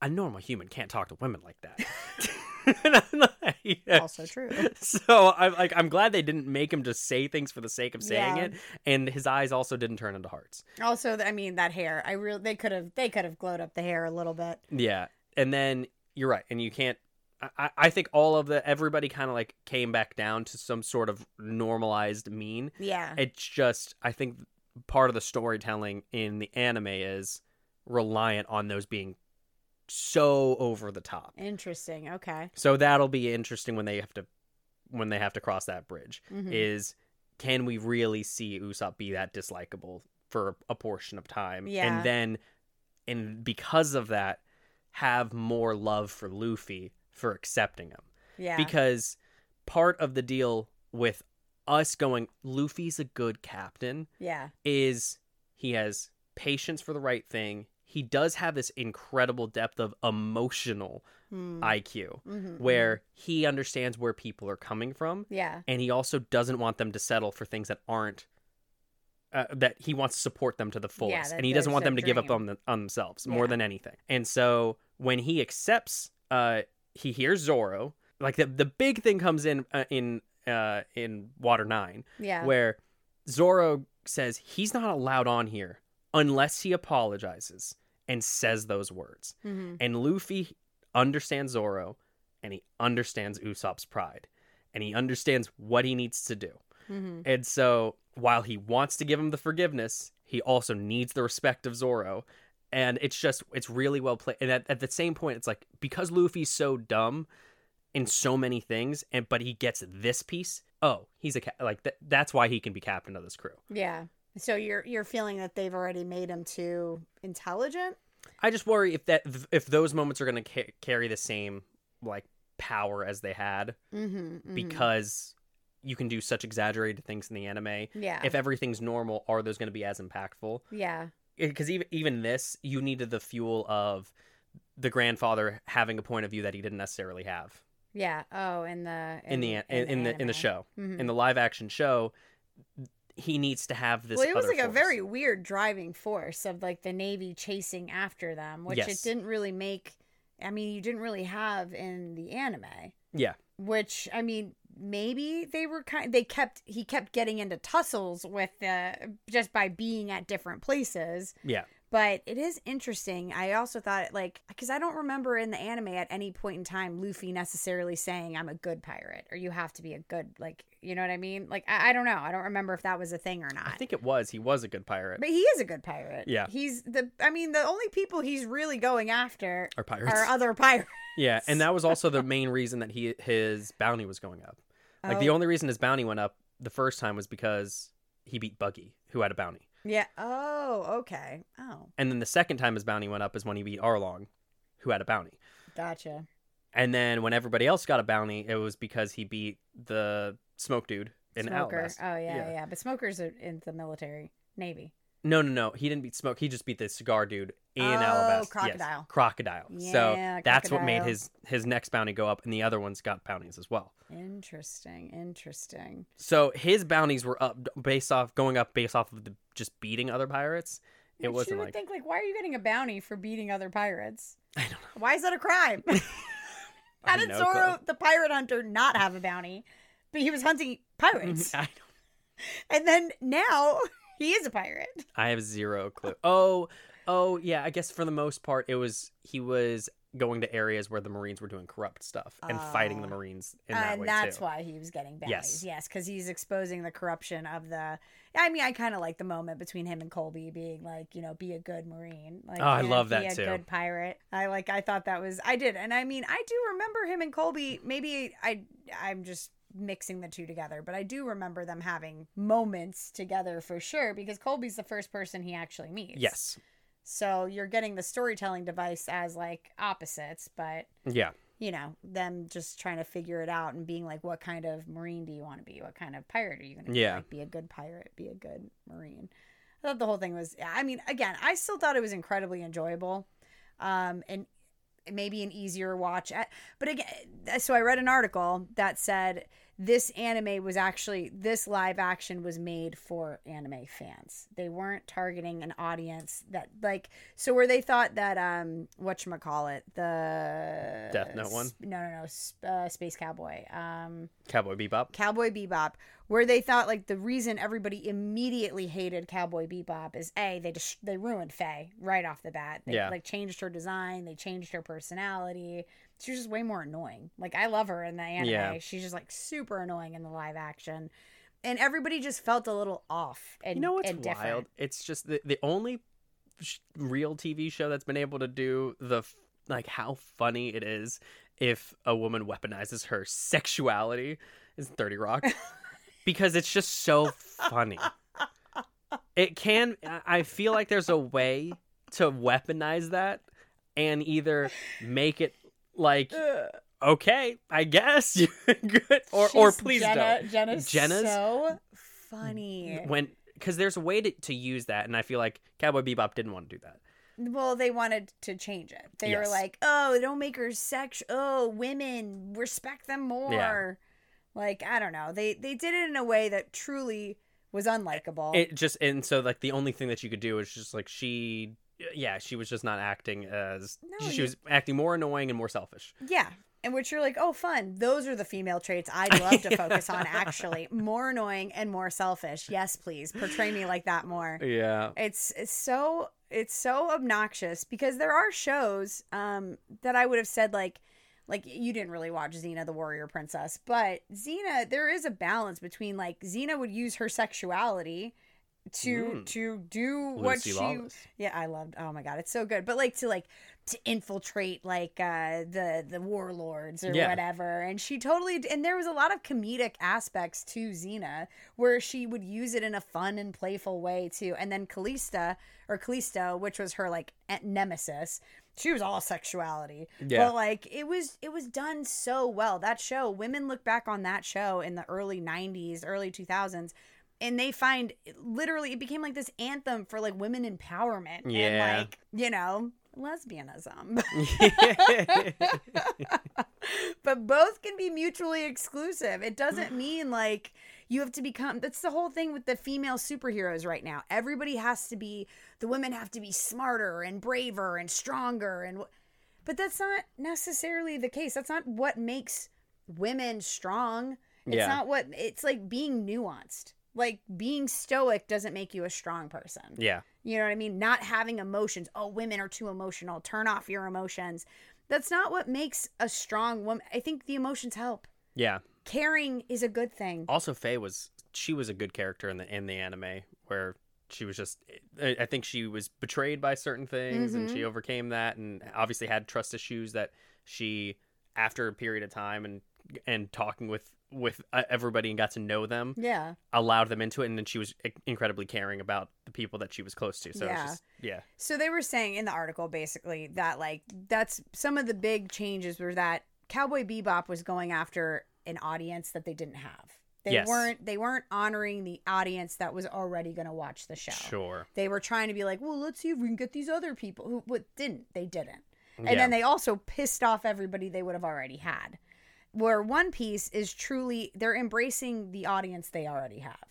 B: A normal human can't talk to women like that. Yeah.
A: Also true.
B: So I'm like I'm glad they didn't make him just say things for the sake of saying
A: Yeah.
B: it, and his eyes also didn't turn into hearts.
A: Also, th- I mean that hair. I really they could have they could have glowed up the hair a little bit.
B: Yeah, and then you're right, and you can't. I- I, I think all of the everybody kind of like came back down to some sort of normalized mean.
A: Yeah,
B: It's just I think part of the storytelling in the anime is reliant on those being so over the top.
A: interesting. Okay.
B: So that'll be interesting when they have to when they have to cross that bridge.
A: Mhm.
B: Is can we really see Usopp be that dislikable for a portion of time?
A: Yeah.
B: And then and because of that, have more love for Luffy for accepting him.
A: yeah.
B: Because part of the deal with us going, Luffy's a good captain
A: yeah.
B: is he has patience for the right thing. He does have this incredible depth of emotional
A: Hmm.
B: IQ
A: Mhm,
B: where he understands where people are coming from
A: mhm. Yeah.
B: and he also doesn't want them to settle for things that aren't uh, that he wants to support them to the fullest
A: that-
B: and he
A: that's
B: doesn't want
A: their
B: them to give up
A: dream.
B: on, the, on themselves more
A: Yeah.
B: than anything and so when he accepts uh he hears Zorro like the the big thing comes in uh, in uh in Water 9
A: Yeah.
B: where Zorro says he's not allowed on here unless he apologizes and says those words
A: hmm
B: and Luffy understands Zoro and he understands Usopp's pride and he understands what he needs to do.
A: hmm
B: And so while he wants to give him the forgiveness, he also needs the respect of Zoro. And it's just, it's really well played. And at, at the same point, it's like because Luffy's so dumb in so many things, and but he gets this piece. Oh, he's a ca- like th- that's why he can be captain of this crew.
A: Yeah. So you're you're feeling that they've already made him too intelligent.
B: I just worry if that if those moments are going to ca- carry the same like power as they had
A: Mm-hmm, hmm
B: because you can do such exaggerated things in the anime.
A: yeah.
B: If everything's normal, are those going to be as impactful?
A: yeah.
B: Because even even this, you needed the fuel of the grandfather having a point of view that he didn't necessarily have
A: Yeah. Oh, in the
B: in, the an- in, in the in the show
A: hmm
B: in the live action show. He needs to have this.
A: Well, it was
B: other
A: like a
B: force.
A: very weird driving force of like the navy chasing after them, which it
B: Yes.
A: didn't really make. I mean, you didn't really have in the anime.
B: Yeah.
A: Which I mean, maybe they were kind. They kept he kept getting into tussles with the just by being at different places.
B: yeah.
A: But it is interesting. I also thought like because I don't remember in the anime at any point in time Luffy necessarily saying I'm a good pirate or you have to be a good like you know what I mean. Like I, I don't know. I don't remember if that was a thing or
B: I
A: not.
B: think it was. He was a good pirate
A: But he is a good pirate.
B: Yeah.
A: He's the I mean, the only people he's really going after
B: or pirates.
A: are other pirates.
B: yeah, and that was also the main reason that he his bounty was going up. Like the
A: Oh,
B: only reason his bounty went up the first time was because he beat Buggy, who had a bounty.
A: Yeah. Oh, okay. Oh,
B: And then the second time his bounty went up is when he beat Arlong, who had a bounty.
A: gotcha.
B: And then when everybody else got a bounty, it was because he beat the smoke dude in
A: Smoker.
B: Outlast.
A: Oh yeah, yeah,
B: Yeah.
A: But smokers are in the military. Navy.
B: No, no, no. He didn't beat Smoke. He just beat the cigar dude in
A: Oh,
B: Alabasta. Yes,
A: Crocodile.
B: crocodile.
A: Yeah,
B: so that's what made
A: Crocodile.
B: his his next bounty go up, and the other ones got bounties as well.
A: Interesting. Interesting.
B: So his bounties were up based off going up based off of the just beating other pirates. It
A: Which you
B: wasn't
A: would
B: like
A: think like, why are you getting a bounty for beating other pirates?
B: I don't know.
A: Why is that a crime? How
B: I
A: did
B: know,
A: Zoro, the pirate hunter, not have a bounty? But he was hunting pirates,
B: Chloe. I,
A: and then now he is a pirate.
B: I have zero clue. Oh, oh yeah. I guess for the most part, it was he was going to areas where the Marines were doing corrupt stuff and fighting the
A: Ah.
B: Marines in that
A: and
B: way
A: that's
B: too.
A: why he was getting bounties.
B: Yes.
A: Yes, because he's exposing the corruption of the. I mean, I kind of like the moment between him and Colby being like, you know, be a good marine. Like,
B: Oh, I
A: you know,
B: love that
A: be a
B: too.
A: Good pirate. I like. I thought that was. I did, and I mean, I do remember him and Colby. Maybe I. I'm just mixing the two together, but I do remember them having moments together for sure because Colby's the first person he actually meets.
B: Yes.
A: So you're getting the storytelling device as like opposites, but
B: Yeah.
A: you know, them just trying to figure it out and being like, what kind of Marine do you want to be? What kind of pirate are you going to be?
B: Yeah.
A: Like, be a good pirate, be a good Marine. I thought the whole thing was, I mean, again, I still thought it was incredibly enjoyable. Um, and maybe an easier watch. I- But again, eh, so I read an article that said this anime was actually, this live action was made for anime fans. They weren't targeting an audience that, like, so where they thought that, um, whatchamacallit, the
B: Death Note one?
A: No, no, no, sp- uh, Space Cowboy. Um,
B: Cowboy Bebop.
A: Cowboy Bebop, where they thought like the reason everybody immediately hated Cowboy Bebop is a they just they ruined Faye right off the bat. They,
B: Yeah.
A: like changed her design, they changed her personality. She was just way more annoying. Like I love her in the anime.
B: Yeah.
A: She's just like super annoying in the live action, and everybody just felt a little off. And
B: you know what's
A: and
B: wild?
A: different.
B: It's just the, the only sh- real TV show that's been able to do the f- like how funny it is if a woman weaponizes her sexuality is 30 Rock because it's just so funny. It can I- I feel like there's a way to weaponize that and either make it like
A: Ugh.
B: okay, I guess you're good or or
A: She's-
B: please don't
A: Jenna, Jenna's,
B: Jenna's-
A: so funny.
B: when because there's a way to, to use that and i feel like cowboy bebop didn't want to do that
A: Well, they wanted to change it. They were
B: Yes.
A: like, "Oh, don't make her sex. Oh, women, respect them more." Like I don't know. They they did it in a way that truly was unlikable.
B: it just and so like the only thing that you could do is just like she yeah she was just not acting as
A: No,
B: she
A: you-
B: was acting more annoying and more selfish
A: yeah, and which you're like, "Oh, fun. Those are the female traits I'd love to focus on. Actually, more annoying and more selfish. Yes, please portray me like that more."
B: yeah
A: It's it's so it's so obnoxious because there are shows um that I would have said like like you didn't really watch Xena the Warrior Princess, but Xena there is a balance between like Xena would use her sexuality to
B: Mm.
A: to do what
B: lucy
A: she
B: lawless
A: yeah, I loved. Oh my god, it's so good. But like to like to infiltrate like uh the the warlords or
B: Yeah.
A: whatever. And she totally and there was a lot of comedic aspects to Xena where she would use it in a fun and playful way too. And then Callista or Callisto, which was her like e- nemesis, she was all sexuality.
B: yeah
A: But like it was it was done so well. That show, women look back on that show in the early 90s, early 2000s and they find literally it became like this anthem for like women empowerment
B: Yeah.
A: and like, you know, lesbianism. but both can be mutually exclusive. It doesn't mean like you have to become that's the whole thing with the female superheroes right now. Everybody has to be the women have to be smarter and braver and stronger and wh- but that's not necessarily the case. That's not what makes women strong. It's
B: Yeah.
A: not what it's like being nuanced. Like being stoic doesn't make you a strong person.
B: yeah
A: You know what I mean? Not having emotions. Oh, women are too emotional. Turn off your emotions. That's not what makes a strong woman. I think the emotions help.
B: yeah
A: Caring is a good thing.
B: also faye was she was a good character in the in the anime where she was just i I think she was betrayed by certain things and
A: Mm-hmm.
B: she overcame that and obviously had trust issues that she after a period of time and and talking with with uh, everybody and got to know them
A: Yeah.
B: allowed them into it and then she was i- incredibly caring about the people that she was close to so yeah.
A: Yeah.
B: just yeah
A: So they were saying in the article basically that like that's some of the big changes were that Cowboy Bebop was going after an audience that they didn't have. They
B: Yes.
A: weren't they weren't honoring the audience that was already going to watch the show.
B: Sure.
A: They were trying to be like, well, let's see if we can get these other people who but didn't. They didn't. And
B: yeah.
A: then they also pissed off everybody they would have already had. Where One Piece is truly, they're embracing the audience they already have.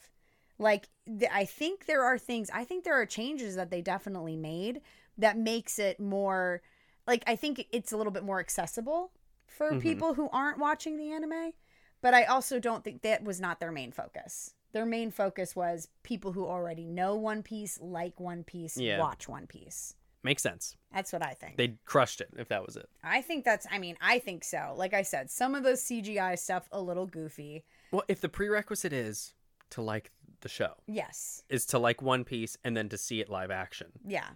A: Like, th- I think there are things, I think there are changes that they definitely made that makes it more, like, I think it's a little bit more accessible for
B: Mhm.
A: people who aren't watching the anime. But I also don't think that was not their main focus. Their main focus was people who already know One Piece, like One Piece,
B: Yeah.
A: watch One Piece.
B: Makes sense.
A: That's what I think.
B: They crushed it if that was it.
A: I think that's I mean, I think so. Like I said, some of the CGI stuff a little goofy.
B: Well, if the prerequisite is to like the show,
A: Yes.
B: is to like One Piece and then to see it live action,
A: Yeah,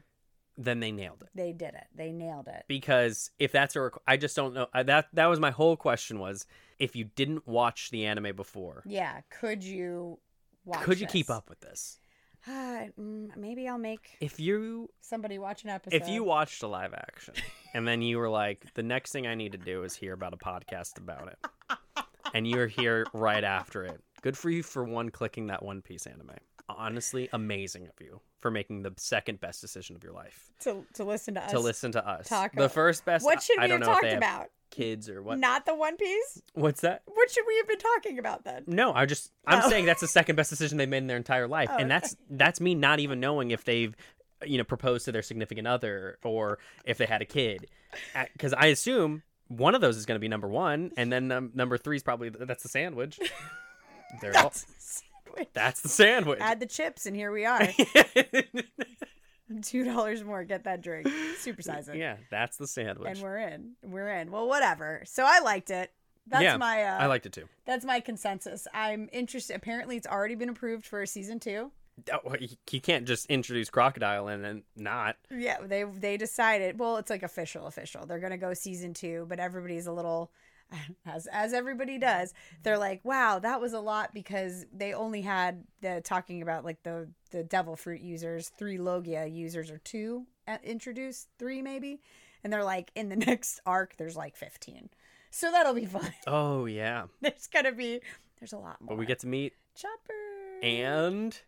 B: then they nailed it.
A: they did it. They nailed it.
B: Because if that's a requ- I just don't know. I, that that was my whole question was if you didn't watch the anime before,
A: Yeah, could you watch
B: could you keep
A: this?
B: up with this?
A: Uh, mm, maybe I'll make
B: If you
A: somebody watch an episode.
B: if you watched a live action and then you were like the next thing i need to do is hear about a podcast about it and you're here right after it good for you for one clicking that one piece anime honestly amazing of you for making the second best decision of your life
A: to to listen to us.
B: to listen to us
A: talk
B: the
A: about-
B: first best
A: What should
B: I-
A: we
B: I don't
A: have
B: know if
A: talked
B: they have
A: about?
B: kids or what
A: Not the One Piece?
B: what's that
A: What should we have been talking about then?
B: no i just i'm
A: Oh.
B: saying that's the second best decision they made in their entire life
A: Oh,
B: and that's that's me not even knowing if they've you know proposed to their significant other or if they had a kid because i assume one of those is going to be number one and then um, number three is probably that's the sandwich They're all- that's,
A: That's sandwich.
B: the sandwich
A: Add the chips and here we are. Two dollars more, get that drink. Supersize it.
B: yeah that's the sandwich
A: And we're in. We're in. Well, whatever. So I liked it. That's
B: Yeah,
A: my uh,
B: i liked it too
A: That's my consensus. I'm interested. Apparently, it's already been approved for a season two.
B: Oh, you- you can't just introduce crocodile and then not
A: Yeah, they they decided. Well, it's like official, official. They're gonna go season two, but everybody's a little, as as everybody does. They're like, wow, that was a lot because they only had the talking about like the the devil fruit users, three Logia users or two uh, introduced, three maybe, and they're like in the next arc, there's like fifteen, so that'll be fun.
B: oh yeah
A: There's gonna be there's a lot more.
B: but we get to meet
A: Chopper
B: and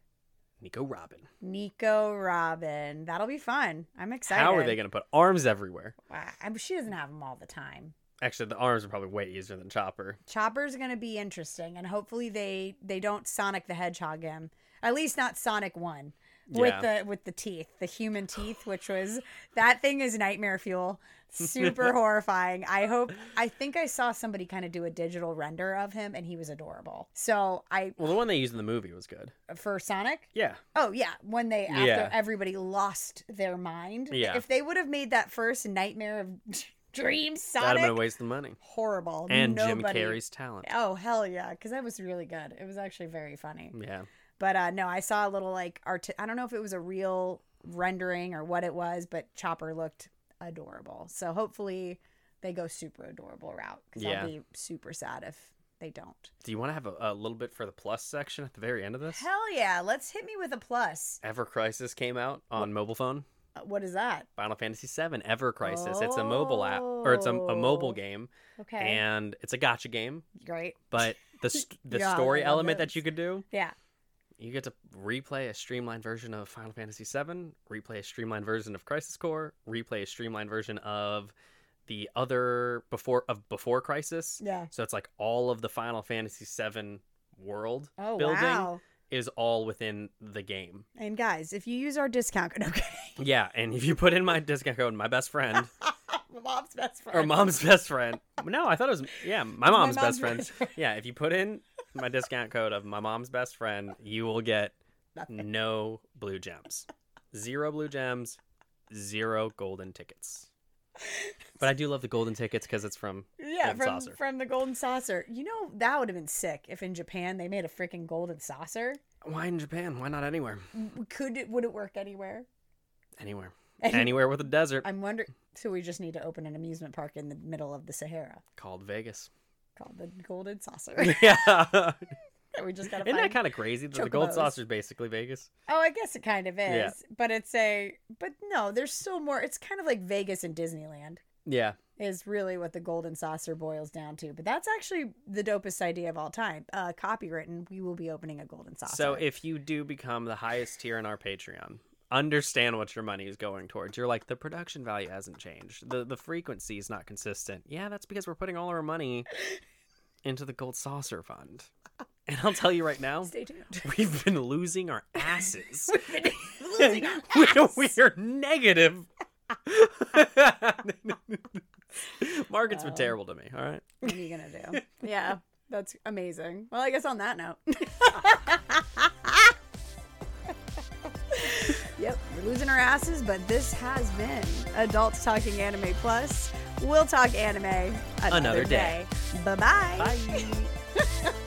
B: nico robin
A: Nico Robin. That'll be fun. I'm excited.
B: How are they going to put arms everywhere?
A: Wow. I'm- She doesn't have them all the time.
B: Actually, the arms are probably way easier than Chopper.
A: Chopper's gonna be interesting, and hopefully they they don't Sonic the Hedgehog him. At least not Sonic One with
B: Yeah.
A: the with the teeth, the human teeth, which was that thing is nightmare fuel. Super horrifying. I hope. I think I saw somebody kind of do a digital render of him, and he was adorable. So I
B: Well, the one they used in the movie was good.
A: for Sonic,
B: Yeah.
A: Oh yeah, when they after
B: Yeah.
A: everybody lost their mind.
B: Yeah.
A: If they would have made that first nightmare of dream
B: That'd have been a
A: Sonic
B: waste of money.
A: horrible,
B: And
A: Nobody-
B: Jim Carrey's talent.
A: Oh hell yeah, because that was really good. It was actually very funny.
B: Yeah.
A: But uh no, I saw a little like art. I don't know if it was a real rendering or what it was, but Chopper looked adorable. So hopefully they go super adorable route because
B: Yeah.
A: I'll be super sad if they don't.
B: Do you want to have a, a little bit for the plus section at the very end of this?
A: Hell yeah, let's hit me with a plus.
B: Ever Crisis came out on mobile phone.
A: Uh, What is that?
B: Final Fantasy VII Ever Crisis. It's a mobile app, or it's a, a
A: Oh.
B: mobile game,
A: Okay,
B: and it's a gotcha game.
A: great.
B: But the st- the
A: Yeah, I
B: story
A: love
B: element
A: those.
B: that you could do,
A: Yeah.
B: you get to replay a streamlined version of Final Fantasy VII, replay a streamlined version of Crisis Core, replay a streamlined version of the other before of before Crisis.
A: Yeah.
B: So it's like all of the Final Fantasy VII world
A: Oh
B: building
A: wow!
B: is all within the game.
A: And guys, if you use our discount code, okay,
B: Yeah, and if you put in my discount code, my best friend
A: mom's best friend
B: or mom's best friend. No, I thought it was yeah, my mom's, best friend. Yeah, if you put in my discount code of my mom's best friend, you will get
A: Nothing.
B: no blue gems. Zero blue gems, zero golden tickets. But I do love the golden tickets because it's from.
A: Yeah,
B: Golden
A: from
B: saucer.
A: from the golden saucer. You know that would have been sick if in Japan they made a freaking golden saucer.
B: Why in Japan? Why not anywhere?
A: W- Could it? Would it work anywhere?
B: Anywhere.
A: Any-
B: Anywhere with a desert
A: I'm wondering. So we just need to open an amusement park in the middle of the Sahara
B: called Vegas.
A: called the Golden Saucer.
B: Yeah. Isn't
A: we just gotta
B: that
A: find.
B: kind of crazy? that The gold
A: chocobos.
B: saucer's basically Vegas.
A: oh, I guess it kind of is,
B: Yeah.
A: but it's a. But no, there's still more. It's kind of like Vegas and Disneyland.
B: Yeah.
A: is really what the golden saucer boils down to. But that's actually the dopest idea of all time. Uh, copywritten, we will be opening a golden saucer.
B: So if you do become the highest tier in our Patreon, understand what your money is going towards. You're like the production value hasn't changed. The the frequency is not consistent. Yeah, that's because we're putting all our money into the gold saucer fund. And I'll tell you right now,
A: stay tuned.
B: we've been losing our asses.
A: Losing our
B: We-
A: ass.
B: we are negative. Markets been
A: Wow.
B: terrible to me. All right.
A: What are you gonna do? Yeah, that's amazing. Well, I guess on that note. yep, we're losing our asses, but this has been Adults Talking Anime Plus. We'll talk anime another,
B: Another day.
A: Bye-bye.
B: Bye.